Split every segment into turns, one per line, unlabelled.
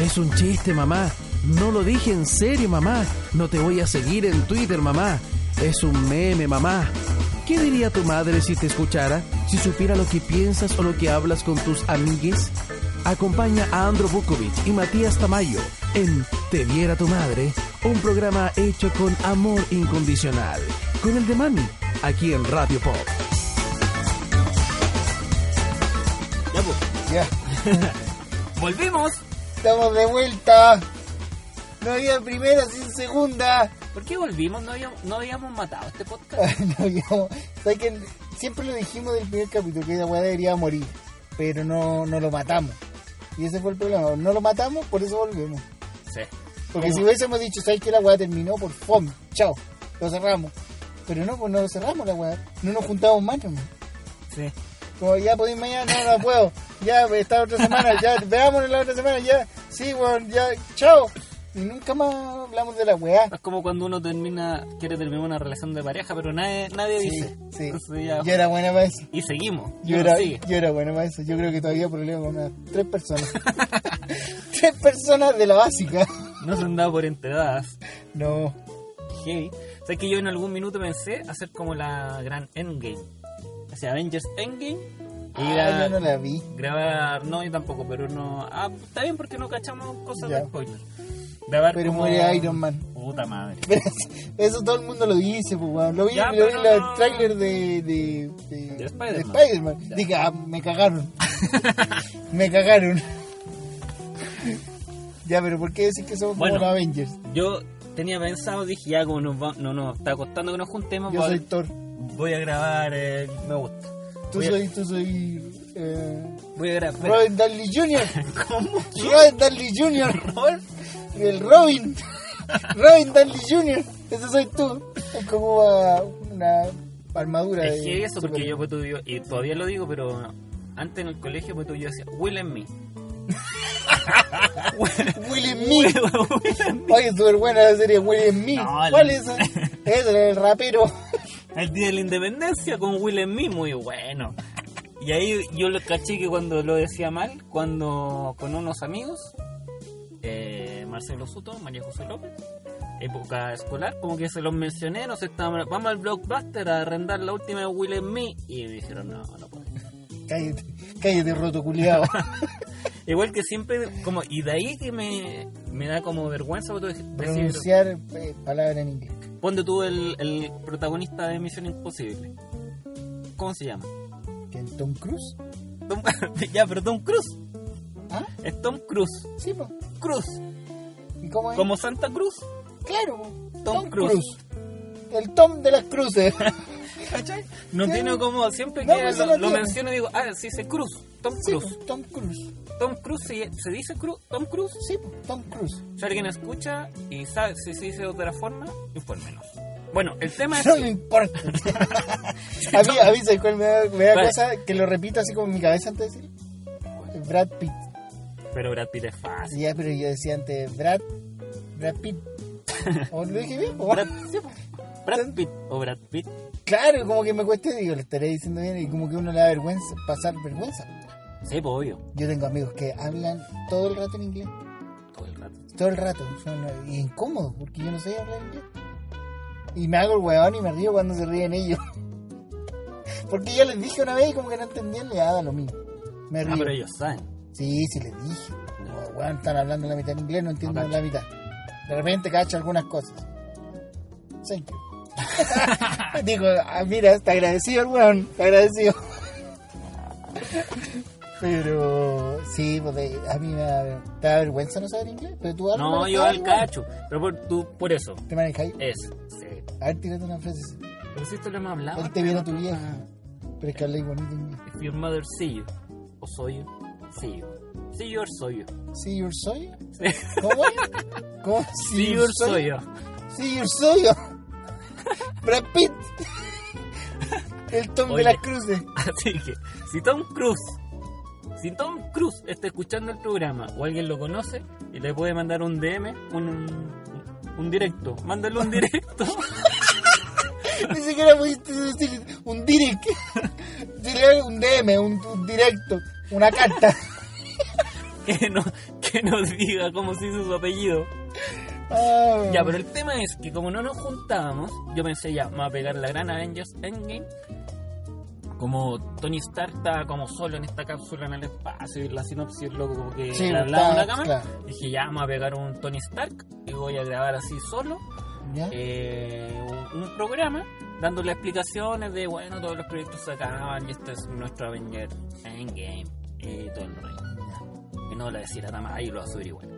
Es un chiste, mamá. No lo dije en serio, mamá. No te voy a seguir en Twitter, mamá. Es un meme, mamá. ¿Qué diría tu madre si te escuchara? Si supiera lo que piensas o lo que hablas con tus amigues? Acompaña a Andro Bukovic y Matías Tamayo en Te viera tu madre, un programa hecho con amor incondicional, con el de Mami, aquí en Radio Pop.
Ya, pues.
Ya,
Volvimos.
estamos de vuelta. No había primera sin segunda.
¿Por qué volvimos? No habíamos, no habíamos matado este podcast.
No había... ¿Sabes que Siempre lo dijimos del primer capítulo que la weá debería morir, pero no, no lo matamos. Y ese fue el problema. No lo matamos, por eso volvemos.
Sí.
Porque si hubiésemos dicho, ¿sabes que la weá terminó por fome? Chao, lo cerramos. Pero no, pues no lo cerramos la weá. No nos juntamos más, hermano.
Sí.
Como ya podéis mañana, no, no puedo. Ya, esta otra semana, ya, veámonos la otra semana, ya. Sí, weón, ya, chao. Y nunca más hablamos de la weá.
Es como cuando uno termina, quiere terminar una relación de pareja, pero nadie, nadie
Sí,
dice.
sí.
Entonces ya-
Yo era buena para eso.
y seguimos.
Yo
Uno
era,
sigue.
yo era buena para eso. Yo creo que todavía problema con unas tres personas. tres personas de la básica.
No se han dado por enteradas.
No.
Heavy. O sea, que yo en algún minuto pensé hacer como la gran Endgame. O sea, Avengers Endgame. Y
Ah,
la-
yo no la vi.
grabar, no, yo tampoco, pero no. Ah, está bien porque no cachamos cosas
Ya.
de spoiler. Grabar
Pero
como-
muere Iron Man.
Puta madre.
Eso todo el mundo lo dice, pues, weón. Lo vi,
Ya,
lo vi
pero
en el
no-
trailer de, de, de,
De Spider-Man.
de Spider-Man.
Ya.
Dije, ah, me cagaron. me cagaron. ya, pero ¿por qué decir que somos
Bueno.
como los Avengers?
Yo tenía pensado, dije, ya como nos va- no nos está costando que nos juntemos,
Yo
voy,
soy Thor.
voy a grabar, eh, me gusta.
Tú
Voy a-
soy, tú soy... Eh,
Voy a grabar. espera.
Robert Downey Jr.
¿Cómo?
Robert Downey Jr.
Robert?
El Robin. Robin Downey Jr. Ese soy tú. Es como ah, una armadura
Es
de...
que eso, porque
Superman.
yo, pues, tú, yo- y todavía lo digo, pero antes en el colegio, pues tú, yo decía, Will and me.
Will Smith. Oye, súper buena la serie Will Smith.
No, el-
¿Cuál es? esa? Ese era el rapero.
El día de la independencia con Will and Me, muy bueno. Y ahí yo lo caché que cuando lo decía mal, cuando con unos amigos, eh, Marcelo Soto, María José López, época escolar, como que se los mencioné, nos estábamos, vamos al blockbuster a arrendar la última de Will and Me, y me dijeron, no, no puedo.
Cállate, cállate, roto culiado.
Igual que siempre, como, y de ahí que me, me da como vergüenza porque tú dec- decir,
Pronunciar eh, palabras en inglés.
ponte tú el, el protagonista de Misión Imposible. ¿Cómo se llama?
¿Quién? ¿Tom Cruise?
Tom- ya, pero Tom Cruise.
¿Ah?
Es Tom Cruise.
Sí, po.
Cruz.
¿Y cómo es?
Como Santa Cruz.
Claro, po.
Tom
Cruise. El Tom de las cruces.
¿Cachai? No
Sí.
tiene como siempre
No,
que
pues sí
lo,
lo
lo
tiene.
menciono digo, ah, sí dice Cruz. Tom
Sí, pues.
Cruz.
po, Tom Cruise.
Tom Cruz se, se dice Cruz. Tom Cruz.
Sí, po, Tom Cruise.
Si alguien escucha y sabe si se dice de otra forma, infórmenos. Bueno, el tema es
No
que-
me importa. a mí, a mí, ¿sabes cuál me da, me da
Vale.
cosa? Que lo repito así como en mi cabeza antes de decir. Brad Pitt.
pero Brad Pitt es fácil.
Sí, ya, pero yo decía antes Brad, Brad Pitt. ¿O lo dije bien? po?
Brad, sí, po.
pues.
Brad Pitt o Brad Pitt.
Claro, como que me cueste, digo, lo estaré diciendo bien y como que uno le da vergüenza, pasar vergüenza.
Sí, pues obvio.
Yo tengo amigos que hablan todo el rato en inglés,
Todo el rato.
todo el rato, son eh, y incómodos porque yo no sé hablar inglés. Y me hago el huevón y me río cuando se ríen ellos. Porque yo les dije una vez y como que no entendían, le daba lo mismo. Me río.
Ah, pero ellos saben.
Sí, sí, les dije. Como, weón, están hablando la mitad en inglés, no entiendo la mitad. De repente cacho algunas cosas. Thank you. Digo, ah, mira, está agradecido el weón, está agradecido. pero sí, pues, de- a mí me da, te da vergüenza no saber inglés, pero tú hablas
No,
manejado,
yo al
weón.
cacho. Pero por, tú, por eso.
Te manejáis.
Es. Sí.
A ver, tírate una frase. así.
Pero si esto lo hemos hablado.
Él te viene a tu vieja. Pero es que habláis bonito inglés.
If your mother see you, o soy you, see you. See you or soy you.
See your soy.
Sí.
¿Cómo? ¿Cómo?
See you or soy you.
Sí, yo soy yo. Brad Pitt. El Tom
Oye.
de las Cruces.
Así que, si Tom Cruise, si Tom Cruise está escuchando el programa o alguien lo conoce y le puede mandar un DM, un, un, un directo, mándale un directo.
Ni siquiera pudiste decir un direct. Dile un DM, un, un directo, una carta.
que, no, que que nos diga cómo se hizo su apellido.
Ah,
Ya, pero el tema es que como no nos juntábamos, yo pensé ya, me va a pegar la gran Avengers Endgame. Como Tony Stark estaba como solo en esta cápsula en el espacio y la sinopsis loco como que
Ah. Sí,
le hablaba a la
claro,
cámara,
claro.
dije ya, me va a pegar un Tony Stark y voy a grabar así solo
¿Ya?
eh, un, un programa dándole explicaciones de bueno, todos los proyectos se acaban y este es nuestro Avengers Endgame y todo el rollo. Y no le decir nada más, ahí lo va a subir igual.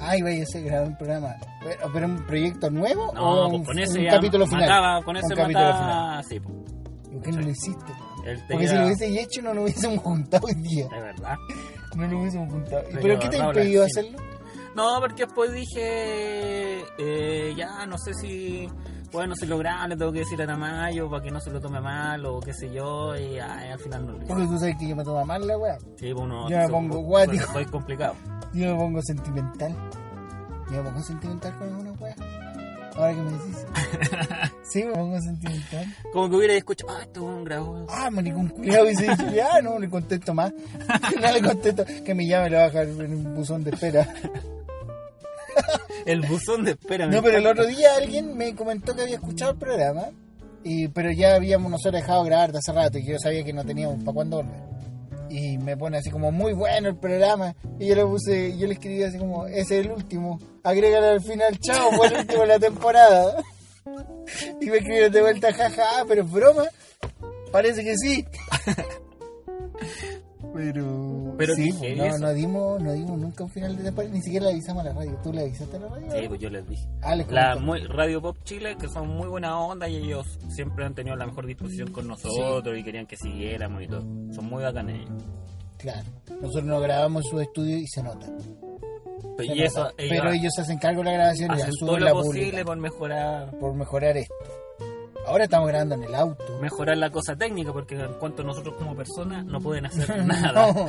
Ay, vaya, ese grabó un programa. ¿Pero, pero un proyecto nuevo
No,
o un,
pues con ese
un
ya
capítulo final?
mataba,
Un
con ese
capítulo
mataba, sí, pues.
final. ¿Por qué no lo hiciste?
Él
Porque
tenía,
si lo hubiese hecho no nos hubiésemos juntado hoy día.
De verdad.
No nos hubiésemos juntado. ¿Y
Pero
¿Pero qué te
Raúl,
impidió
sí.
hacerlo?
No, porque después dije, eh, ya, no sé si, bueno, si lo grande tengo que decir a Tamayo para que no se lo tome mal o qué sé yo, y ay, al final no lo hice.
Porque tú sabes que yo me tomo mal la weá.
Sí, pues uno...
Yo me
se-
pongo
bueno,
guático.
Fue complicado.
Yo me pongo sentimental. Yo me pongo sentimental con alguna weá. Ahora que me decís. sí, me pongo sentimental.
Como que hubiera escuchado, ah, esto es un grabó.
Ah, maricón cuidado. Y se dice, ya, no, le contesto más. no le contesto. Que me llame, le va a dejar en un buzón de espera.
El buzón de espera. me
No, pero el
encanta.
otro día alguien me comentó que había escuchado el programa, y, pero ya habíamos nosotros dejado de grabar de hace rato y yo sabía que no teníamos para cuándo volver. Y me pone así como muy bueno el programa. Y yo le puse, yo le escribí así como, ese es el último. Agrégale al final, chao, fue el último de la temporada. Y me escribieron de vuelta, jaja, pero es broma. Parece que sí. Pero,
Pero
sí,
dije
no,
eso.
no dimos, no dimos nunca un final de temporada, ni siquiera le avisamos a la radio. ¿Tú le avisaste a la radio?
Sí, pues yo les dije.
Ah, les
La
comentaste.
muy- Radio Pop Chile, que son muy buena onda y ellos siempre han tenido la mejor disposición con nosotros y querían que siguiéramos y todo. Son muy bacanes ellos.
Claro, nosotros no grabamos en su estudio y se nota.
Pero,
se
y eso,
nota. Pero
ellos
ellos se hacen cargo de la grabación y la
hacen todo
suben la
lo posible
pública
por mejorar,
por mejorar esto. Ahora estamos grabando en el auto.
mejorar la cosa técnica, porque en cuanto a nosotros como personas no pueden hacer
No, pues,
nada.
no,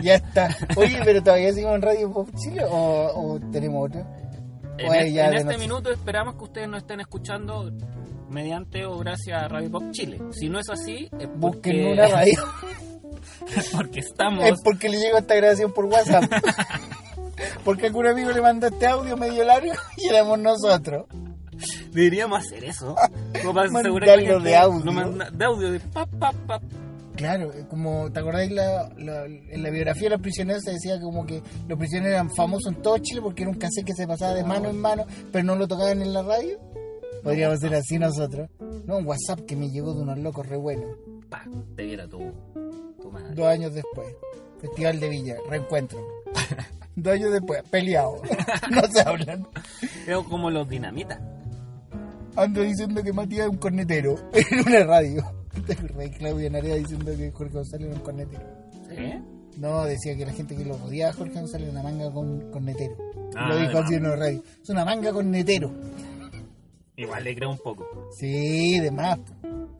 ya está. Oye, pero todavía seguimos en Radio Pop Chile o, o tenemos otra.
En,
Oye,
este-
ya
en
de
este
noche.
minuto esperamos que ustedes nos estén escuchando mediante o gracias a Radio Pop Chile. Si no es así, es
Busquen
porque,
una radio.
porque estamos...
Es porque le llegó esta grabación por WhatsApp. porque algún amigo le mandó este audio medio largo y éramos nosotros.
Deberíamos hacer eso. Como para
Mandarlo
asegurar que la gente
de audio.
lo manda- de audio, de pa, pa, pa.
Claro, eh, como te acordáis, la, la- en la biografía de los prisioneros se decía como que los prisioneros eran famosos en todo Chile porque era un cassette que se pasaba de mano en mano, pero no lo tocaban en la radio. Podríamos ser así nosotros. No, un WhatsApp que me llegó de unos locos re buenos,
pa. Te viera tu, tu madre.
dos años después. Festival de Villa, reencuentro. dos años después, peleado. no se hablan.
Creo como los dinamitas.
Ando diciendo que Matías es un cornetero en una radio. ¿Te acordás, Claudia Narea diciendo que Jorge González era un cornetero?
¿Eh?
No, decía que la gente que lo odiaba a Jorge González era una manga con, con netero.
Ah,
lo dijo
de
así en una radio. Es una manga con netero.
Igual le creo un poco.
Sí, de más.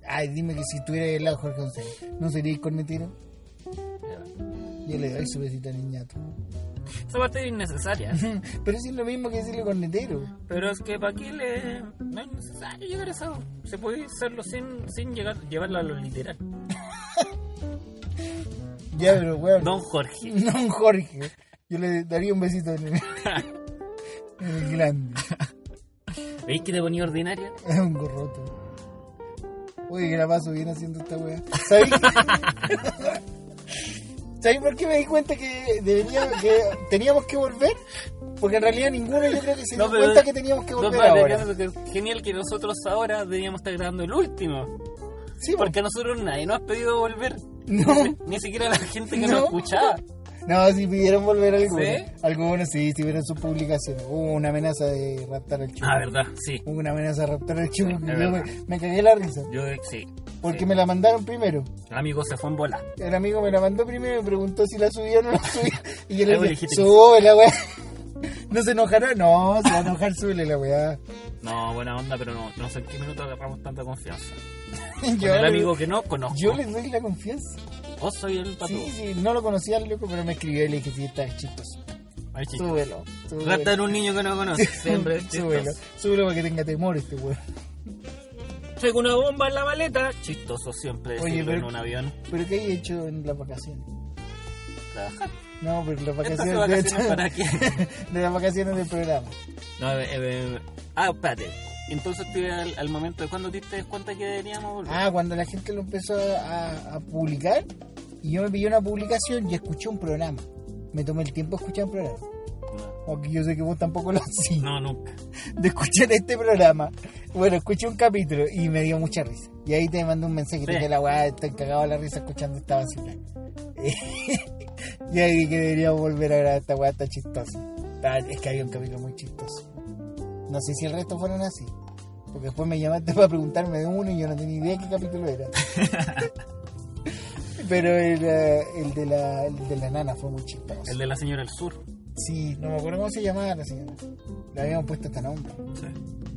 Ay, dime que si estuviera ahí al lado de Jorge González, ¿no sería con netero? Yo le doy su besito al niñato.
Esa parte es innecesaria.
Pero sí es lo mismo que decirle con netero.
Pero es que para qué le. No es necesario llegar a eso. Se puede hacerlo sin, sin llegar, llevarlo a lo literal.
Ya,
Ah,
pero weón.
Don Jorge.
No, un Jorge. Yo le daría un besito en el, en el grande.
¿Veis que te ponía ordinaria?
Es un gorroto. Uy, que la paso bien haciendo esta weá. ¿Sabéis? ¿Sabéis por qué me di cuenta que, debería, que teníamos que volver? Porque en realidad ninguno yo creo que se dio cuenta que teníamos que
no,
volver
pero
ahora.
es Genial que nosotros ahora deberíamos estar grabando el último.
Sí,
Porque a nosotros nadie nos ha pedido volver.
No.
Ni siquiera la gente que
No.
nos escuchaba.
No, si pidieron volver algunos.
¿Sí?
Algunos sí, tuvieron su publicación. Hubo una amenaza de raptar al chico.
Ah, verdad, sí.
Hubo una amenaza de raptar al chico. que
es
yo me, me cagué la risa.
Yo eh, sí.
Porque me la mandaron primero.
El amigo se fue en bola.
El amigo me la mandó primero y me preguntó si la subía o no la subía. Y yo
Ahí
le
vos
dije,
dijiste que
sube la weá. ¿No se enojará? No, se va a enojar, sube la weá.
No, buena onda, pero no, no sé en qué minuto agarramos tanta confianza.
Yo,
Con el amigo que no conozco.
yo le doy la confianza.
Vos soy el pato.
Sí, sí, no lo conocía el loco, pero me escribió y le dije, sí, está chistoso.
Ay, chico.
Súbelo, súbelo.
Gata en un niño que no conoce. Siempre. es
súbelo,
chistoso.
súbelo para que tenga temor este weón.
Tengo una bomba en la maleta. Chistoso siempre
Oye,
decirlo
pero-
en un avión.
¿Pero qué hay hecho en las vacaciones?
Trabajar.
No, pero las vacaciones,
Entonces,
de,
vacaciones para qué?
de las vacaciones del programa.
No, eh, eh, ah, espérate. Entonces, tú al, al momento de cuando te diste cuenta que deberíamos volver.
Ah, cuando la gente lo empezó a, a publicar, y yo me pillé una publicación y escuché un programa. Me tomé el tiempo de escuchar un programa.
No.
Aunque yo sé que vos tampoco lo hacías.
No, nunca.
De escuchar este programa. Bueno, escuché un capítulo y me dio mucha risa. Y ahí te mandé un mensaje
Sí.
de que la weá estoy cagado de la risa escuchando esta basura. y ahí dije, deberíamos volver a grabar esta weá, está chistosa. Ah, Es que había un capítulo muy chistoso. No sé si el resto fueron así. Porque después me llamaste para preguntarme de uno y yo no tenía idea qué capítulo era. Pero el, eh, el de la, el de la nana fue muy chistoso.
El de la señora del sur.
Sí, no me acuerdo cómo se llamaba la señora. Le habíamos puesto hasta nombre,
Sí.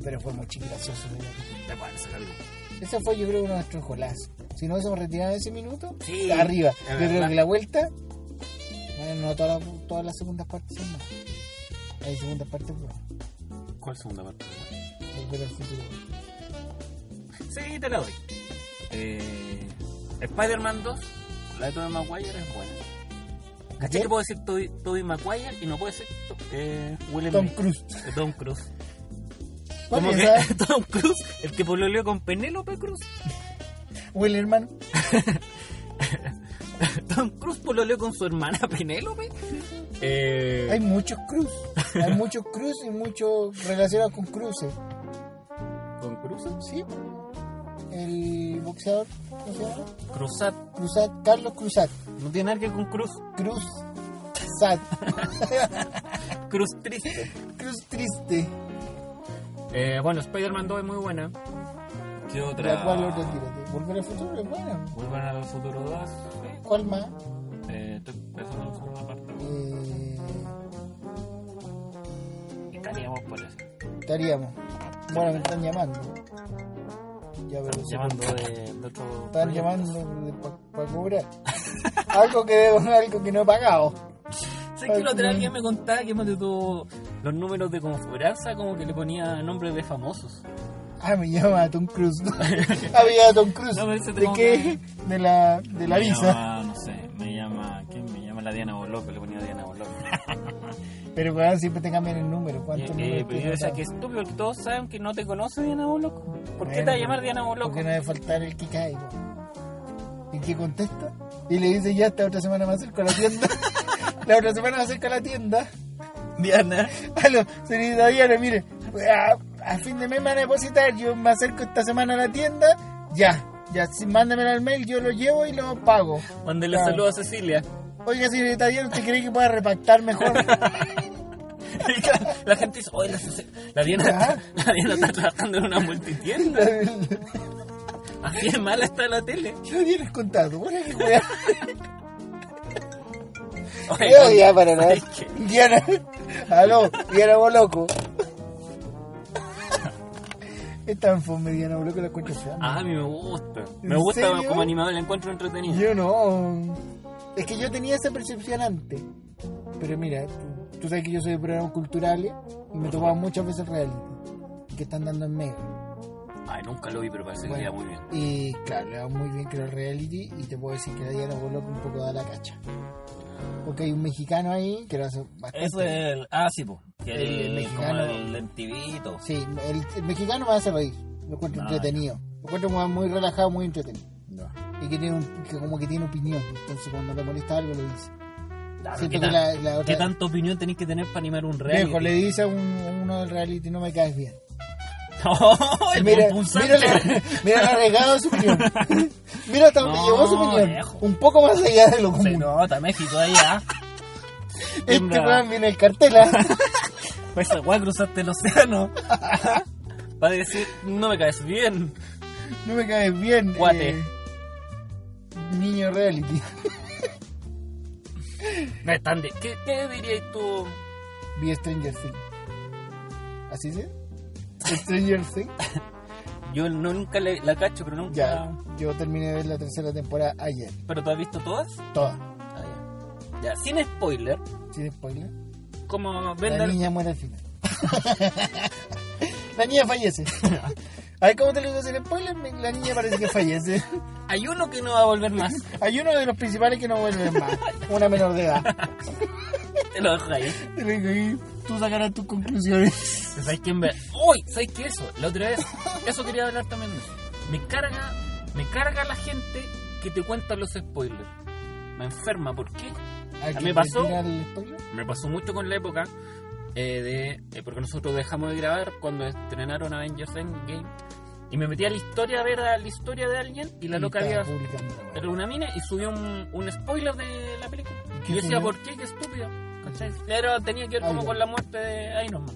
pero fue muy gracioso. ¿no?
¿Te acuerdas, Gabriel?
Ese fue, yo creo, uno de nuestros golazos. Si no hubiésemos retirado ese minuto,
Sí,
arriba.
es
Yo
verdad.
creo que la vuelta. Bueno, no todas las todas las segundas partes son malas. Hay segundas partes buenas.
¿Cuál segunda parte?
Volver al futuro.
Sí, te la doy. Eh, Spider-Man 2, la de Tobey Maguire es buena. ¿Cachai que puedo decir Tobey, Tobey Maguire y no puedo decir to- eh, Willem
Tom Cruise.
eh, Tom Cruise.
¿Cuál
Como
es
que
esa?
Tom Cruise, el que pololeó con Penélope Cruz.
Will, hermano.
Tom Cruise pololeó con su hermana Penélope. Eh,
Hay muchos Cruz. Hay muchos Cruz y muchos relacionados con cruces.
¿Con Cruz?
¿Sí? El boxeador, ¿cómo se llama?
Cruzat.
Cruzat, Carlos Cruzat.
No tiene nada que ver con Cruz.
Cruz sad,
Cruz triste.
Cruz triste.
Eh, bueno, Spider-Man 2 es muy buena. ¿Qué otra?
La cual otra tírate. Volver al futuro es bueno.
Muy buena la Futuro 2. sí.
¿Cuál más?
Eh, estoy pensando en la segunda parte.
Eh,
Estaríamos por eso.
estaríamos. Bueno, me están llamando. Ya, pero
Estamos
se-
llamando de, de otro.
están
proyecto.
llamando para cobrar. algo que debo, algo que no he pagado.
Sé que la otra vez alguien me contaba que cuando tuvo los números de confianza, como que le ponía nombres de famosos.
Ah, me llama Tom Cruise. ah, me llama Tom Cruise.
No, pero ese
¿De
tengo
qué? De la, de la
Me
visa.
llama, no sé, me llama. ¿Quién me llama? La Diana Boloco, le ponía Diana Boloco.
Pero weón, siempre te cambian el número.
Y,
¿Cuántos
eh,
números
pero yo
tienes?
decía que estúpido, porque todos saben que no te conoce Diana Boloco. ¿Por qué te
Bueno,
va a llamar Diana Boloco?
Porque no debe faltar el que cae. po. ¿Y qué contesta? Y le dice, ya, esta otra semana me acerco a la tienda. la otra semana me acerco a la tienda.
Diana.
Aló, señorita Diana, mire, a, a fin de mes me van a depositar. Yo me acerco esta semana a la tienda. Ya, ya, sí, mándamelo al mail, yo lo llevo y lo pago.
Donde le
Claro.
saludo a Cecilia.
Oiga, señorita Diana, ¿usted cree que pueda repactar mejor?
la gente dice, oye, la, Ceci- la Diana,
Ya.
la Diana está trabajando en una multitienda. Así es mala está la tele.
yo tienes contado. Bueno, qué weá.
Oye,
Yo ya para nada.
¿sabes qué?
Diana, aló, Diana Boloco. Es tan fome Diana Boloco la encuentro fea.
Ah, a mí me gusta.
¿En
Me gusta
serio?
como animador, la encuentro entretenida.
Yo no. Es que yo tenía esa percepción antes. Pero mira, tú, tú sabes que yo soy de programas culturales y me tocaba muchas veces reality. Que están dando en medio.
Ay, nunca lo vi, pero parece que queda muy bien.
Y claro, le va muy bien creo el reality y te puedo decir que la Diana Boloco un poco da la cacha. Porque hay un mexicano ahí que lo hace bastante.
Eso es el. Ah, sí, pues. Que
El
el, el- como
mexicano.
el lentivito.
Sí, el, el mexicano me hace reír. Lo encuentro
Ah,
entretenido. Lo encuentro muy, muy relajado, muy entretenido.
No.
Y que, tiene un- que como que tiene opinión. Entonces cuando le molesta algo lo dice.
¿qué,
Siento que
tan-
la, la
qué
otra...
tanta opinión tenéis que tener para animar un reality?
Viejo, le dice a, un- a uno del reality, no me caes bien.
No, Oh, el
Mira,
punzante.
mira, la- mira la regada de su opinión. mira hasta donde
No,
llegó su opinión.
viejo.
Un poco más allá de lo
Se
común.
nota México ahí, ah.
este
tiembla.
man viene el cartel. ¿ah?
Pues esa weá cruzaste el océano. Para decir, no me caes bien.
no me caes bien.
Guate.
eh, niño reality.
No es tan de- ¿Qué, ¿Qué dirías tú?
Vi Stranger Things. ¿Así se? Stranger Things.
Yo no, nunca le- la cacho, pero nunca.
Ya, yo terminé de ver la tercera temporada ayer.
¿Pero tú has visto todas?
Toda.
Ah, Ya, sin spoiler,
Sin spoiler.
como
La
vendan.
niña muere al final. la niña fallece. A ver, ¿cómo te lo digo sin spoiler? Mi- La niña parece que fallece.
Hay uno que no va a volver más.
Hay uno de los principales que no vuelve más. Una menor de edad.
Te lo dejo ahí.
Y le digo, "Y Tú sacarás tus conclusiones.
¿Sabes quién ve? ¡Uy! ¿Sabes qué eso? La otra vez, eso quería hablar también. de eso. Me carga, me carga la gente que te cuenta los spoilers. Me enferma, ¿por qué?
¿A
me pasó?
el spoiler?
Me pasó mucho con la época eh, de. eh, porque nosotros dejamos de grabar cuando estrenaron Avengers Endgame. Y me metí a la historia a ver a la historia de alguien y la
Y
loca
estaba
había.
publicando la
Era
weá.
una mina y subió un, un spoiler de la película.
¿Qué
Y yo decía,
subió?
¿por qué? Qué estúpido. ¿Cachai? Pero tenía que ver como
Iron
con la muerte de Iron Man.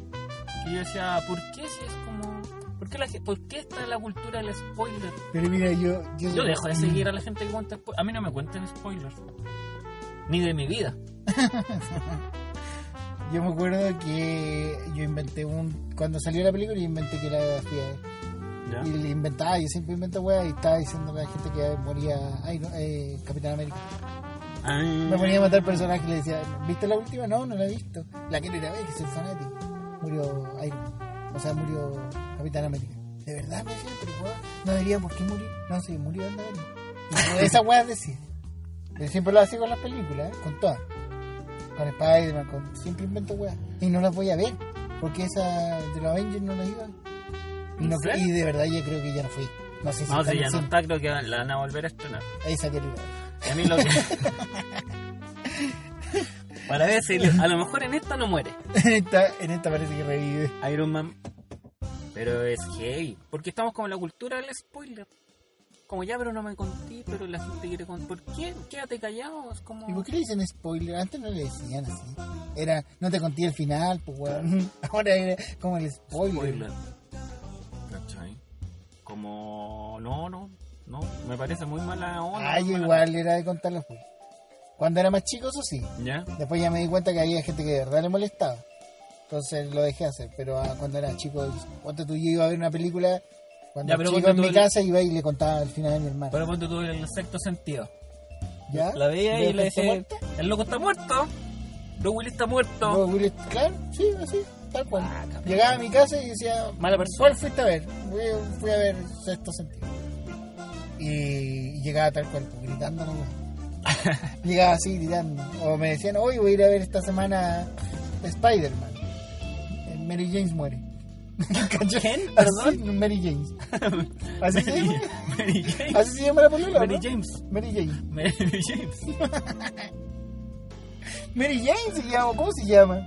Y yo decía, ¿por qué si es como.? ¿Por qué, la, ge- ¿Por qué está la cultura del spoiler?
Pero mira, yo...
Yo dejo de seguir a la gente que cuenta spoilers. A mí no me cuenten spoilers. Ni de mi vida.
Yo me acuerdo que yo inventé un... Cuando salió la película, yo inventé que era fiel.
¿Ya?
Y le inventaba, yo siempre invento weas y estaba diciendo a la gente que moría ay, no, eh, Capitán América. Me ponía a matar personajes y le decía, ¿viste la última? No, no la he visto. La quiero ir a ver, que soy fanático. Murió Iron Man. O sea, murió Capitán América. De verdad, me decía, pero weón, no debería por qué morir. No, sí, murió anda bien. Y Esa wea decía. Pero siempre lo hacía con las películas, ¿eh? con todas. Con Spider-Man, con... siempre invento weas. Y no las voy a ver, porque esa de los Avengers no las iba. a ver. Y,
¿En
no-
serio?
y de verdad yo creo que ya no fui. No sé si
No, si
también
ya no
sí.
está, creo que la van a volver a estrenar.
Esa quiero ir a ver.
Y a mí lo que. Para ver si le- a lo mejor en esta no muere
en, esta, en esta parece que revive.
Iron Man. Pero es heavy. Porque estamos como en la cultura del spoiler. Como ya, pero no me conté, pero la gente quiere contar. ¿Por qué? Quédate callado. Es como.
¿Y por qué le dicen spoiler? Antes no le decían así. Era, no te conté el final, pues weón. Ahora era como el spoiler.
spoiler. ¿Cachai? Como. No, no. No. Me parece muy mala onda.
Ah,
muy
yo
mala-
igual era de contarlo pues. Cuando era más chico, eso sí.
¿Ya?
Después ya me di cuenta que había gente que de verdad le molestaba. Entonces lo dejé hacer. Pero ah, cuando era chico, cuando tú yo iba a ver una película, cuando
Ya, pero
chico
ponte
en
tú
mi
el-
casa iba y le contaba el final a mi hermano.
Pero ponte tú el sexto sentido.
¿Ya?
La veía
¿Ah? ¿De
y le
repente
decía:
muerto?
El loco está muerto. Bro Willy está muerto.
No, Will- Claro, sí, así, tal cual.
Ah, cabrón.
Llegaba a mi casa y decía,
Mala persona.
¿Cuál fuiste a ver? Fui, fui a ver Sexto Sentido. Y llegaba tal cual, pues, gritando nomás. llegaba así gritando. O me decían, hoy voy a ir a ver esta semana Spider-Man. Eh, Mary James muere. ¿Cachai?
¿Quién?
Así, Mary James. Así se llama.
Mary James.
Así se llama la película.
Mary
¿no?
James.
Mary James.
Mary James.
Mary James se llama, ¿cómo se llama?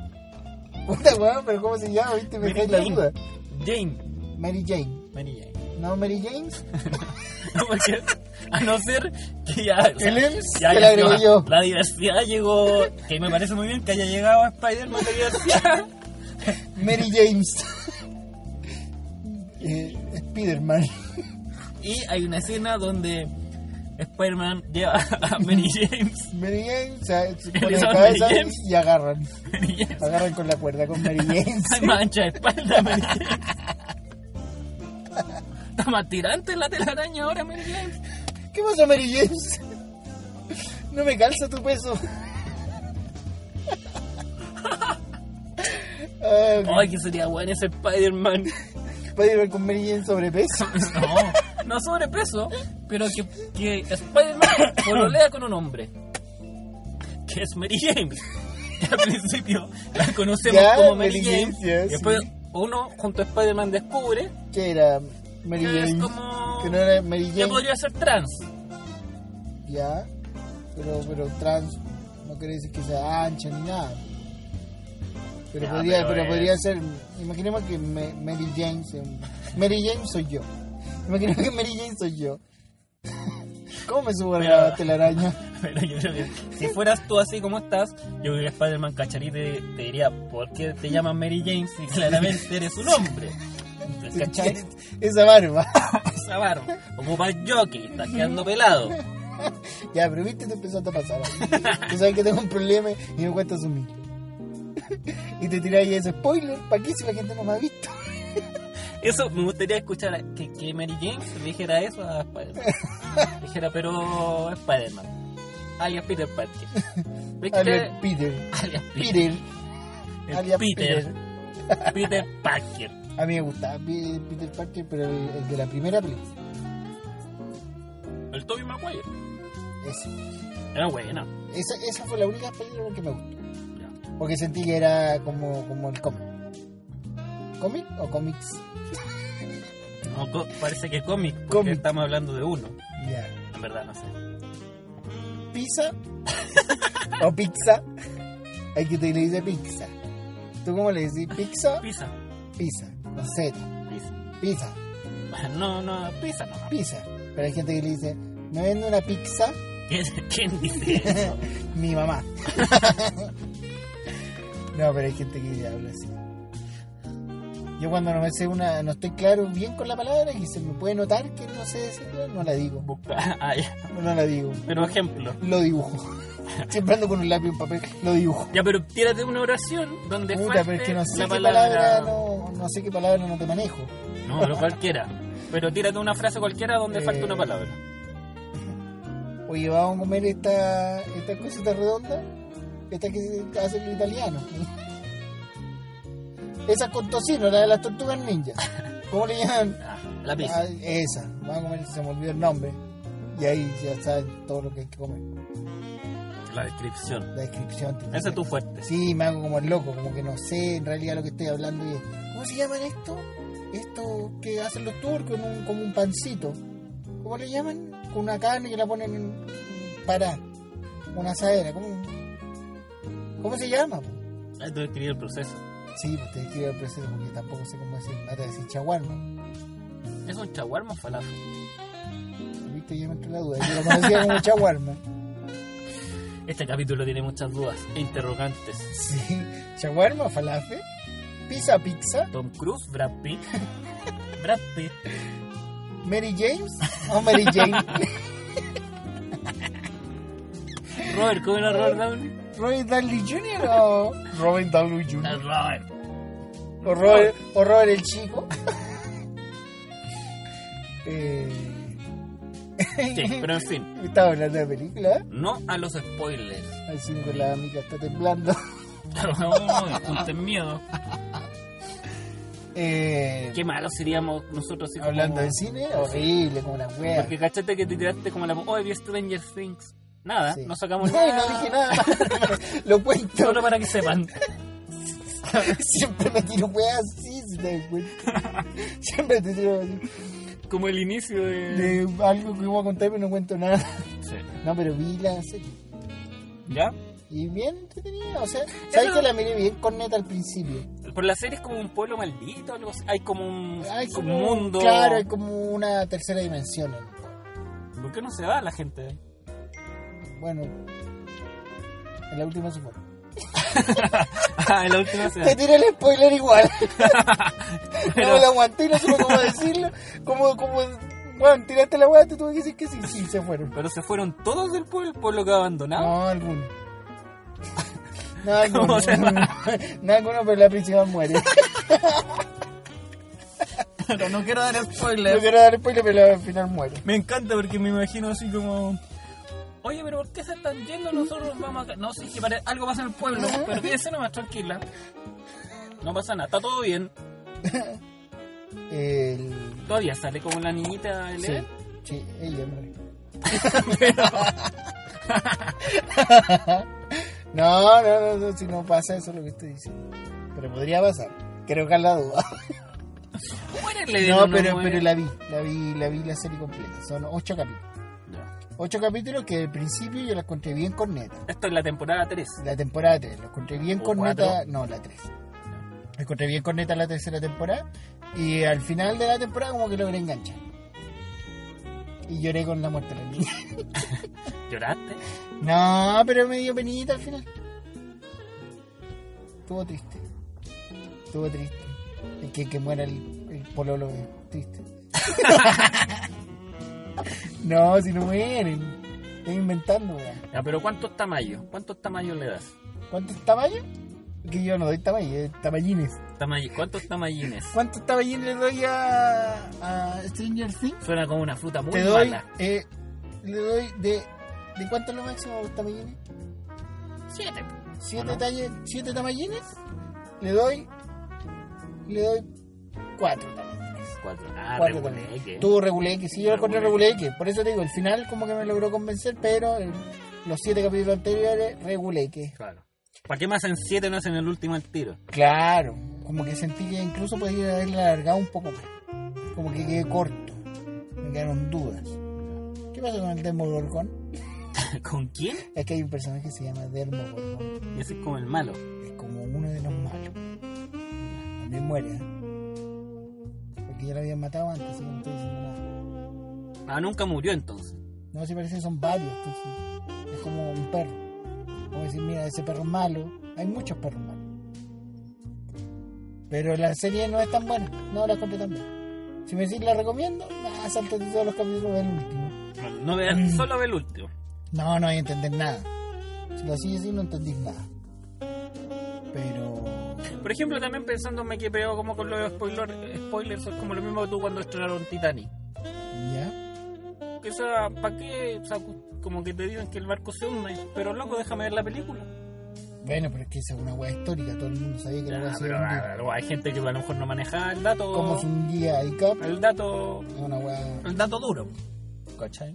Puta weón, pero ¿cómo se llama? Viste, me
Mary
cae la
Jane.
duda.
Jane.
Mary Jane.
Mary Jane.
No, Mary James.
No, porque a no ser que ya. o sea,
El EMS
ya
que la
llegó-
agregué yo.
La diversidad llegó. Que me parece muy bien que haya llegado a Spider-Man la diversidad.
Mary James. eh, Spider-Man.
Y hay una escena donde Spider-Man lleva a Mary
Mm.
James.
Mary James se- se pone
¿Eres
la
a
cabeza
Mary James?
y agarran.
Mary James.
Agarran con la cuerda con Mary James.
Hay mancha de espalda, Mary James. Está más tirante la telaraña ahora, Mary James.
¿Qué pasa, Mary James? No me calza tu peso. Ay,
Ay, que sería bueno ese Spider-Man.
Puede ir con Mary Jane sobrepeso.
No, no sobrepeso, pero que, que Spider-Man pololea con un hombre. Que es Mary James. Que al principio la conocemos
Ya,
como Mary,
Mary
James.
James, ya,
y después
sí.
uno junto a Spider-Man descubre
Que era Mary
que es
James.
como.
Que no era Mary
que
Jane.
podría ser trans.
Ya. Pero, pero trans no quiere decir que sea ancha ni nada. Pero
Ya,
podría,
Ah, pero
pero
es-
podría ser. Imaginemos que Me- Mary Jane se- Mary Jane soy yo. Imaginemos que Mary Jane soy yo. ¿Cómo me subo a la
Pero-
telaraña?
Pero yo creo que si fueras tú así como estás, yo creo que Spider-Man Cacharí te, te diría: ¿Por qué te llaman Mary James si claramente eres un hombre? ¿Cachai?
Esa barba.
Esa barba. Ocupa el jockey, estás quedando pelado.
Ya, pero viste, te empezó a pasar. Tú sabes que tengo un problema y me cuesta asumir. Y te tiráis ese spoiler. ¿Para qué si la gente no me ha visto?
Eso me gustaría escuchar a- que, que Mary James le dijera eso a Spider-Man. Le dijera, pero Spider-Man. Alias Peter Parker. ¿Ves que
Alias
te-
Peter.
alias Peter.
Peter.
El
alias
Peter. Peter Parker.
A mí me gustaba P- Peter Parker, pero el, el de la primera película.
El Toby Maguire.
Ese.
Era buena.
Esa, esa fue la única película que me gustó. Porque sentí que era como, como el cómic. ¿Cómic o cómics?
No, co- parece que cómic, porque
Cómic.
estamos hablando de uno.
Ya.
En verdad, no sé.
¿Pizza? ¿O pizza? Hay que te le dice pizza. ¿Tú cómo le decís pizza?
Pizza.
Pizza. No sé.
Pizza.
Pizza.
No, no, pizza no.
Pizza. Pero hay gente que le dice, ¿me vende una pizza?
¿Quién, quién dice?
Mi mamá. no, pero hay gente que habla así. Yo cuando no me sé una, no estoy claro bien con la palabra y se me puede notar que no sé decirla, no la digo.
Ah, ya.
No la digo.
Pero ejemplo.
Lo dibujo. Siempre ando con un lápiz y un papel, lo dibujo.
Ya, pero tírate una oración donde
Puta,
falte
pero es que no sé
la
qué
palabra.
palabra, no, no sé qué palabra no te manejo.
No, lo cualquiera. Pero tírate una frase cualquiera donde
Eh.
falte una palabra.
Oye, vamos a comer esta, esta cosita redonda, esta que se hace los italianos. Esa con tocino, la de las tortugas ninjas. ¿Cómo le llaman?
Ah, la
Ah,
pizza.
esa, vamos a comer, se me olvidó el nombre. Y ahí ya saben todo lo que hay que comer.
La descripción.
La descripción. te
Ese
dice.
es tu fuerte.
ah. Sí, me hago como el loco, como que no sé en realidad lo que estoy hablando. Y, ¿Cómo se llaman esto? Esto que hacen los turcos, como un, como un pancito. ¿Cómo le llaman? Con una carne que la ponen en para una asadera. ¿Cómo, cómo se llama? po?
Ahí tú describir el proceso.
Sí, pues te escribo el proceso porque tampoco sé cómo decir. Nada, decir chaguarma.
¿Es un chaguarma o falafel?
¿Viste? Ya me entró la duda. Yo lo conocía como chaguarma.
Este capítulo tiene muchas dudas e interrogantes.
Sí, shawarma, falafel, pizza, pizza,
Tom Cruise, Brad Pitt. Brad Pitt.
Mary James o Mary Jane.
Robert, ¿cómo era Robert Downey?
Robert Downey Jr. o Robert Downey
El
Jr.
Robert.
o Robert, o Robert el chico. eh,
Sí, pero en fin.
estaba hablando de película,
No a los spoilers.
así que la amiga está temblando.
No, escuchen miedo.
Eh,
Qué malos seríamos nosotros si
hablando de
fuéramos-
cine, horrible, como la wea.
Porque cachate que te tiraste como la. Oh, vi Stranger Things. Nada,
Sí.
no sacamos
No, y
nada.
no dije nada. lo cuento.
Solo para que sepan.
Siempre me tiro weas así, si te das cuenta. Siempre te tiro así.
Como el inicio de.
de algo que voy a contar y no cuento nada.
Sí.
No, pero vi la serie.
¿Ya?
Y bien entretenida. O sea, ¿sabes que la miré bien con neta al principio?
Por la serie es como un pueblo maldito, algo así. Hay como un,
Hay
un
como,
mundo.
Claro, hay como una tercera dimensión.
¿Por qué no se va la gente?
Bueno, en la última se fueron.
Ah, en la última se va.
Te tiré el spoiler igual.
Pero-
No me lo aguanté y no supe cómo decirlo. Como, como, bueno, tiraste la weá, te tuve que decir que sí, sí, se fueron.
Pero se fueron todos del pueblo, pueblo que abandonado.
No, alguno. No, alguno.
¿Cómo se
No, alguno, pero la principal muere.
No, quiero dar
No
spoilers.
quiero dar spoiler, pero al final muere.
Me encanta porque me imagino así como. Oye, pero ¿por qué se están yendo? Nosotros vamos acá. No sé, es que pare- algo pasa en el pueblo. Pero quédese nomás tranquila. No pasa nada, está todo bien.
El...
Todavía sale como la niñita
Sí,
Eleven.
sí, ella muere. no, no, no, no, si no pasa eso es lo que usted dice. Pero podría pasar. Creo que es la duda.
Muere Eleven,
No, pero,
muere?
pero la vi, la vi, la vi la serie completa. Son ocho capítulos.
Ya.
Ocho capítulos que al principio yo las encontré bien con neta.
Esto es la temporada 3.
La temporada 3, la encontré bien
¿O
con
cuatro?
neta. No, la 3. La encontré bien con neta la tercera temporada. Y al final de la temporada como que logré enganchar. Y lloré con la muerte de la niña.
¿Lloraste?
No, pero me dio penita al final. Estuvo triste. Estuvo triste. El que, que muera el, el pololo es triste. no, si no mueren. Estoy inventando, weón.
Ya, pero ¿cuántos tamaños? ¿Cuántos tamaños le das?
¿Cuántos tamaños? Que yo no doy tamaños, eh, tamallines.
Tamay- ¿Cuántos tamallines?
¿Cuántos tamallines le doy a, a Stranger Things?
Suena como una fruta muy
Te doy,
mala.
eh, le doy de... ¿De cuánto es lo máximo los tamallines?
Siete.
siete,
¿O no?
talle- siete tamallines, le doy, le doy cuatro también.
Cuatro. Ah,
Cuatro
regulé, ¿qué?
también. Tuvo Reguleque, sí, yo lo encontré
Reguleque.
Reguleque. Por eso te digo, el final como que me logró convencer, pero el- los siete capítulos anteriores, Reguleque.
Claro. ¿Para qué me hacen siete no hacen el último al tiro?
Claro, como que sentí que incluso podía haberla alargado un poco más. Como que quedé corto. Me quedaron dudas. ¿Qué pasó con el Demogorgon?
¿Con quién?
Es que hay un personaje que se llama Demogorgon.
Y ese es como el malo.
Es como uno de los malos. También muere. ¿eh? Porque ya lo habían matado antes, así que no estoy diciendo nada.
Ah, nunca murió entonces.
No, si parece que son varios. Entonces es como un perro. Como decir, mira, ese perro es malo. Hay muchos perros malos. Pero la serie no es tan buena. No la encontré tan buena. Si me decís la recomiendo, nah, sáltate todos los capítulos del último.
Bueno, No vean,
Mm.
solo ve el último.
No, no hay que entender nada. Si lo sigues así, no entendís nada. Pero.
Por ejemplo, también pensándome que pegó como con los spoilers, spoilers es como lo mismo que tú cuando estrenaron Titanic.
¿Ya?
Que esa, ¿para qué? O sea, como que te digan que el barco se hunde, pero loco, déjame ver la película.
Bueno, pero es que esa es una hueá histórica. Todo el mundo sabía que la
Ah,
hueá se
pero,
iba a
ah,
hundir.
ah, hay gente que a lo mejor no maneja el dato.
Como es un guía de cap,
El dato.
es una hueá.
El dato duro. ¿Cachai?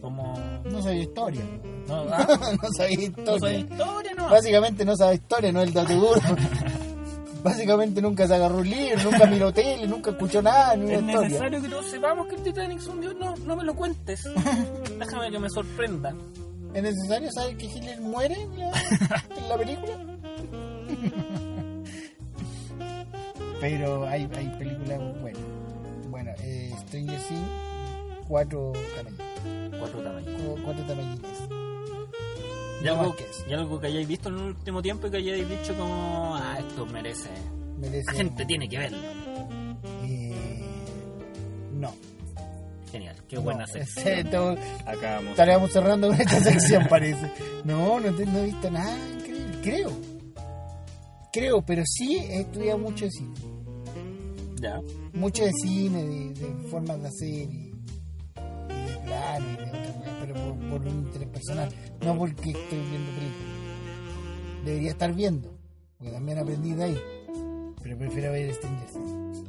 Como.
No sabía historia.
No, ah,
no sabía
no
historia.
soy historia, no.
Básicamente no sabe historia, no es el dato duro. Básicamente nunca se agarró un libro, nunca miró tele, nunca escuchó nada, ni una
Es
historia.
necesario que todos sepamos que el Titanic se hundió. No, no me lo cuentes. Déjame que me sorprenda.
¿Es necesario saber que Hitler muere en la, en la película? Pero hay, hay películas buenas. Bueno, eh, Stranger Things, cuatro tamaños.
Cuatro tamaños.
cu- Cuatro tamañitos.
Y
No
algo,
más que eso.
y algo que hayáis visto en el último tiempo y que hayáis dicho como, ah, esto merece. La
Merece-
gente tiene que verlo.
Eh, no.
Genial, qué buena
No,
sección.
excepto-
Acabamos.
Estaríamos cerrando con esta sección, parece. No, no, te- no he visto nada increíble, creo. Creo, pero sí he estudiado mucho de cine.
Ya.
Mucho de cine, de, de formas de hacer, y, y de plano, y de otras cosas, pero por, por un interés personal, no porque estoy viendo películas. Debería estar viendo, porque también aprendí de ahí. Pero prefiero ver este Stranger Things.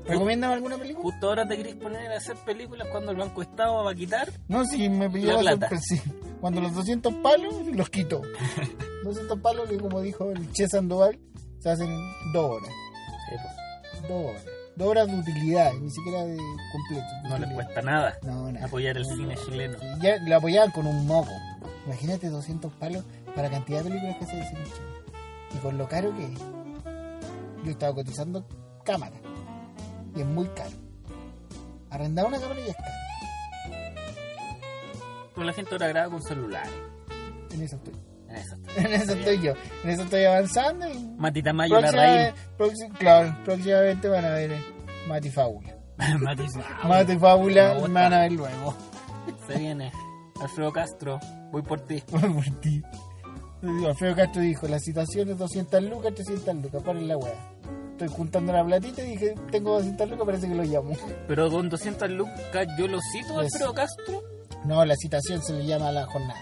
¿Recomiendan alguna película?
Justo ahora te querés poner a hacer películas cuando el Banco Estado va a quitar.
No, si me pilló
La
la
plata.
sorpresa. Cuando los 200 palos, los quitó. 200 palos que, como dijo el Che Sandoval, se hacen en dos horas.
pues.
Dos horas. Dos horas de utilidad, ni siquiera de completo. de
No les
utilidad.
cuesta nada
No, nada.
apoyar el cine chileno.
Y Ya lo apoyaban con un moco. Imagínate 200 palos para la cantidad de películas que se hacen en Chile. Y con lo caro que es. Yo estaba cotizando cámara. Y es muy caro. Arrendar una cámara ya es caro.
Pero la gente ahora graba con celular.
En eso estoy.
Ah, eso está.
En eso estoy yo. En eso estoy avanzando y
Matita Mayo la
Próxima,
raíz.
próxima- claro, próximamente van a ver eh, Mati Fábula.
Mati Mayo.
Mati Fábula
Ah, Me gusta.
van a ver luego.
Se viene. Alfredo Castro, voy por ti.
Por ti. Alfredo Castro dijo, la situación es 200 lucas, 300 lucas, paren la weá. Estoy juntando la platita y dije, tengo 200 lucas, parece que lo llamo.
Pero con 200 lucas yo lo cito a
Yes.
Alfredo Castro.
No, la citación se le llama a la jornada.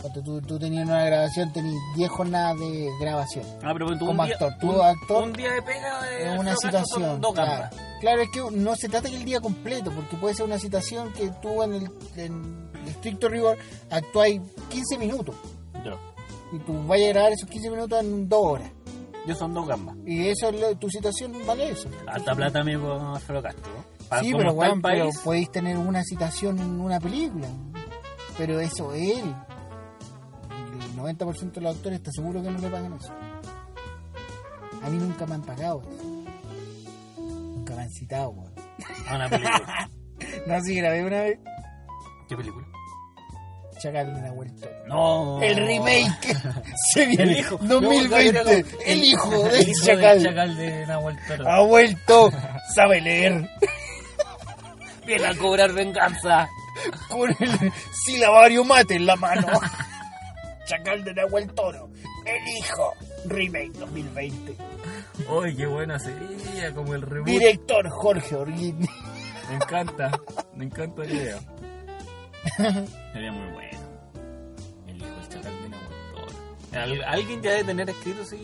Cuando tú, tú tenías una grabación, tenías 10 jornadas de grabación.
Ah, pero tú
Como
un día,
actor, tú
un,
actor.
un día de pega de
es
Alfredo
una
Castro son
citación.
dos
Claro.
gambas.
Claro, es que no se trata que el día completo, porque puede ser una citación que tú en el en estricto rigor actuáis 15 minutos
Yo.
y tú vayas a grabar esos 15 minutos en 2 horas.
Yo son dos gambas.
Y eso es lo- tu citación vale eso.
Harta plata, amigo Alfredo Castro. Para
sí,
Ah, cómo
pero
está el
bueno, pero
país,
podéis tener una citación en una película. Pero eso es él. El 90% de los actores está seguro que no le pagan eso. A mí nunca me han pagado eso. Nunca me han citado, weón.
a Ah, una película.
No, sí, grabé una vez
¿Qué película?
Chacal de Nahuel Toro.
No.
El remake se viene.
El hijo. No,
2020.
no, no, no.
el hijo
El
del
hijo
Chacal.
Chacal Ah, de Nahuel Toro.
Ha vuelto. Sabe leer.
Viene a cobrar venganza.
Con el silabario mate en la mano. Chacal de Nahuel Toro. El hijo. Remake 2020.
Uy, qué buena sería, como el reboot.
Director Jorge Orguín.
Me encanta, me encanta el video. Sería muy bueno. El hijo del chacal de Nahuel Toro. Al- alguien ya debe tener escrito, sí.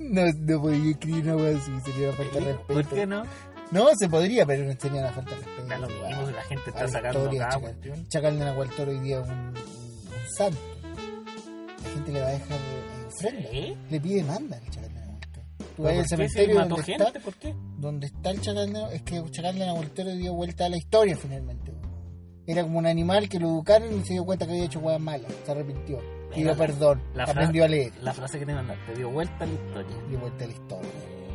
No, no podía escribir una wea así, sería una falta de respeto.
¿Por qué no?
No, se podría, pero no sería una falta de respeto.
Da lo mismo si la gente está
Hay
sacando
historias,
cada
chacal.
cuestión.
Chacal de Nahualtoro hoy día es un, un santo. La gente le va a dejar eh, ofrenda.
pues. ¿Sí?
Le pide manda al Chacal de Nahualtoro. Tú vas al
¿Por qué? Si él
cementerio
mató
donde
gente?
está,
¿Por qué?
donde está el Chacal de Es que el Chacal de Nahualtoro dio vuelta a la historia finalmente. Era como un animal que lo educaron y se dio cuenta que había hecho cosas malas. Se arrepintió. Pidió
Mira,
perdón.
la fra-
aprendió a leer.
La frase que te mandaste dio vuelta a la historia.
Dio vuelta a la historia.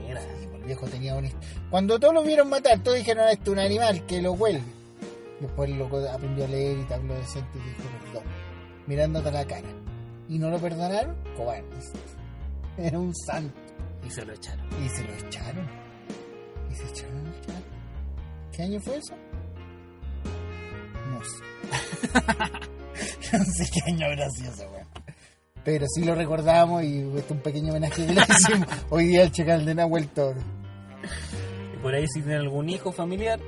Mira.
Sí, El viejo tenía un... Cuando todos lo vieron matar, todos dijeron, este es un animal, que lo vuelve. Después el loco aprendió a leer y te habló decente y dijo perdón, mirándote a la cara. ¿Y no lo perdonaron? Cobardes. Era un santo.
Y se lo echaron.
Y se lo echaron. Y se echaron al chaval. ¿Qué año fue eso? No sé. no sé qué año habrá sido esa weá. Pero sí lo recordamos y este un pequeño homenaje que le hicimos hoy día al chacal de Nahuel Toro.
Y por ahí si tienen algún hijo familiar,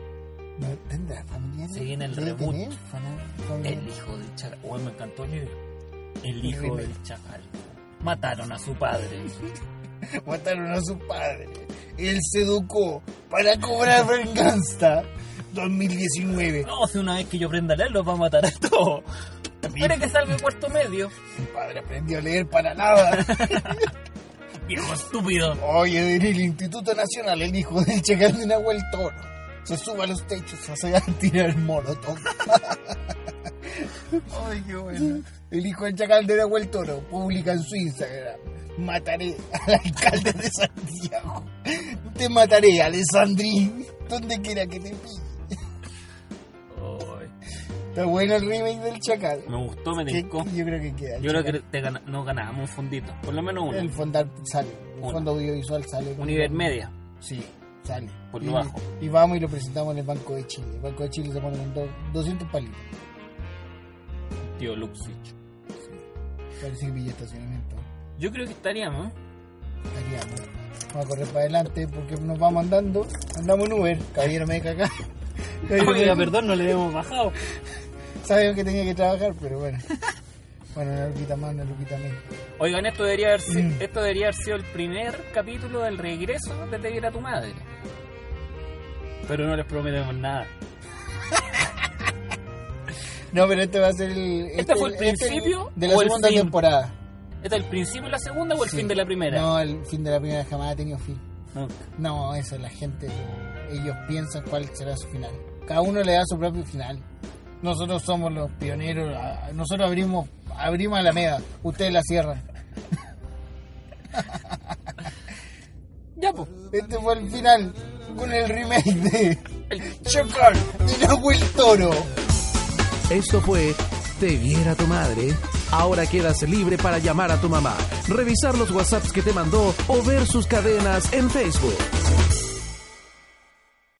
No tendrá familia.
Se viene el
Debe
reboot.
tener fama- familia.
el hijo del chacal. Uy, me encantó el libro. El
Dime.
hijo del chacal. Mataron a su padre.
Mataron a su padre. Él se educó para cobrar venganza. 2019.
No, si una vez que yo aprenda a leer los va a matar a todos. Espera que salga el cuarto medio.
Mi padre aprendió a leer para nada.
Viejo estúpido.
Oye, en el Instituto Nacional, el hijo del chacal de Nahuel Toro. Se sube a los techos, se va a tirar molotov.
Ay, qué bueno.
El hijo del chacal de Nahuel Toro publica en su Instagram. Mataré al alcalde de Santiago. Te mataré, Alessandrín. Donde quiera que te pille. Está bueno el remake del Chacal.
me gustó, me
Que-
tincó.
Yo creo que queda. el
Yo creo que
Chacal.
te gana- nos ganábamos un fondito. Por lo menos
el
uno.
fondar sale. El
Uno.
fondo audiovisual sale.
Un Ibermedia.
Sí, sale.
Por
Y-
lo bajo.
Y vamos y lo presentamos en el Banco de Chile. El Banco de Chile se pone con do- 200 palitos.
Tío Luxich.
Parece que pilla estacionamiento.
Yo creo que estaríamos.
Estaría bueno. Vamos a correr para adelante porque nos vamos andando. Andamos en Uber. Caballero me deja acá. Caballero,
Oiga,
me-
perdón, no le hemos bajado.
Sabía que tenía que trabajar, pero bueno. Bueno, una luquita más, una luquita menos.
Oigan, esto debería haber sido,
Mm.
esto debería haber sido el primer capítulo del regreso de Te Viera tu madre. Pero no les prometemos nada.
No, pero este va a ser el.
¿Este fue el principio
de la
o el
segunda
fin?
temporada.
¿Este es el principio de la segunda o el
Sí.
fin de la primera?
No, el fin de la primera jamás ha tenido fin.
No.
No, eso la gente, ellos piensan cuál será su final. Cada uno le da su propio final. Nosotros somos los pioneros, a- nosotros abrimos abrimos Alameda, ustedes la cierran.
Ya, pues.
Este fue el final con el remake de El Chocar de Nahuel Toro.
Esto fue Te viera tu madre. Ahora quedas libre para llamar a tu mamá, revisar los WhatsApps que te mandó o ver sus cadenas en Facebook.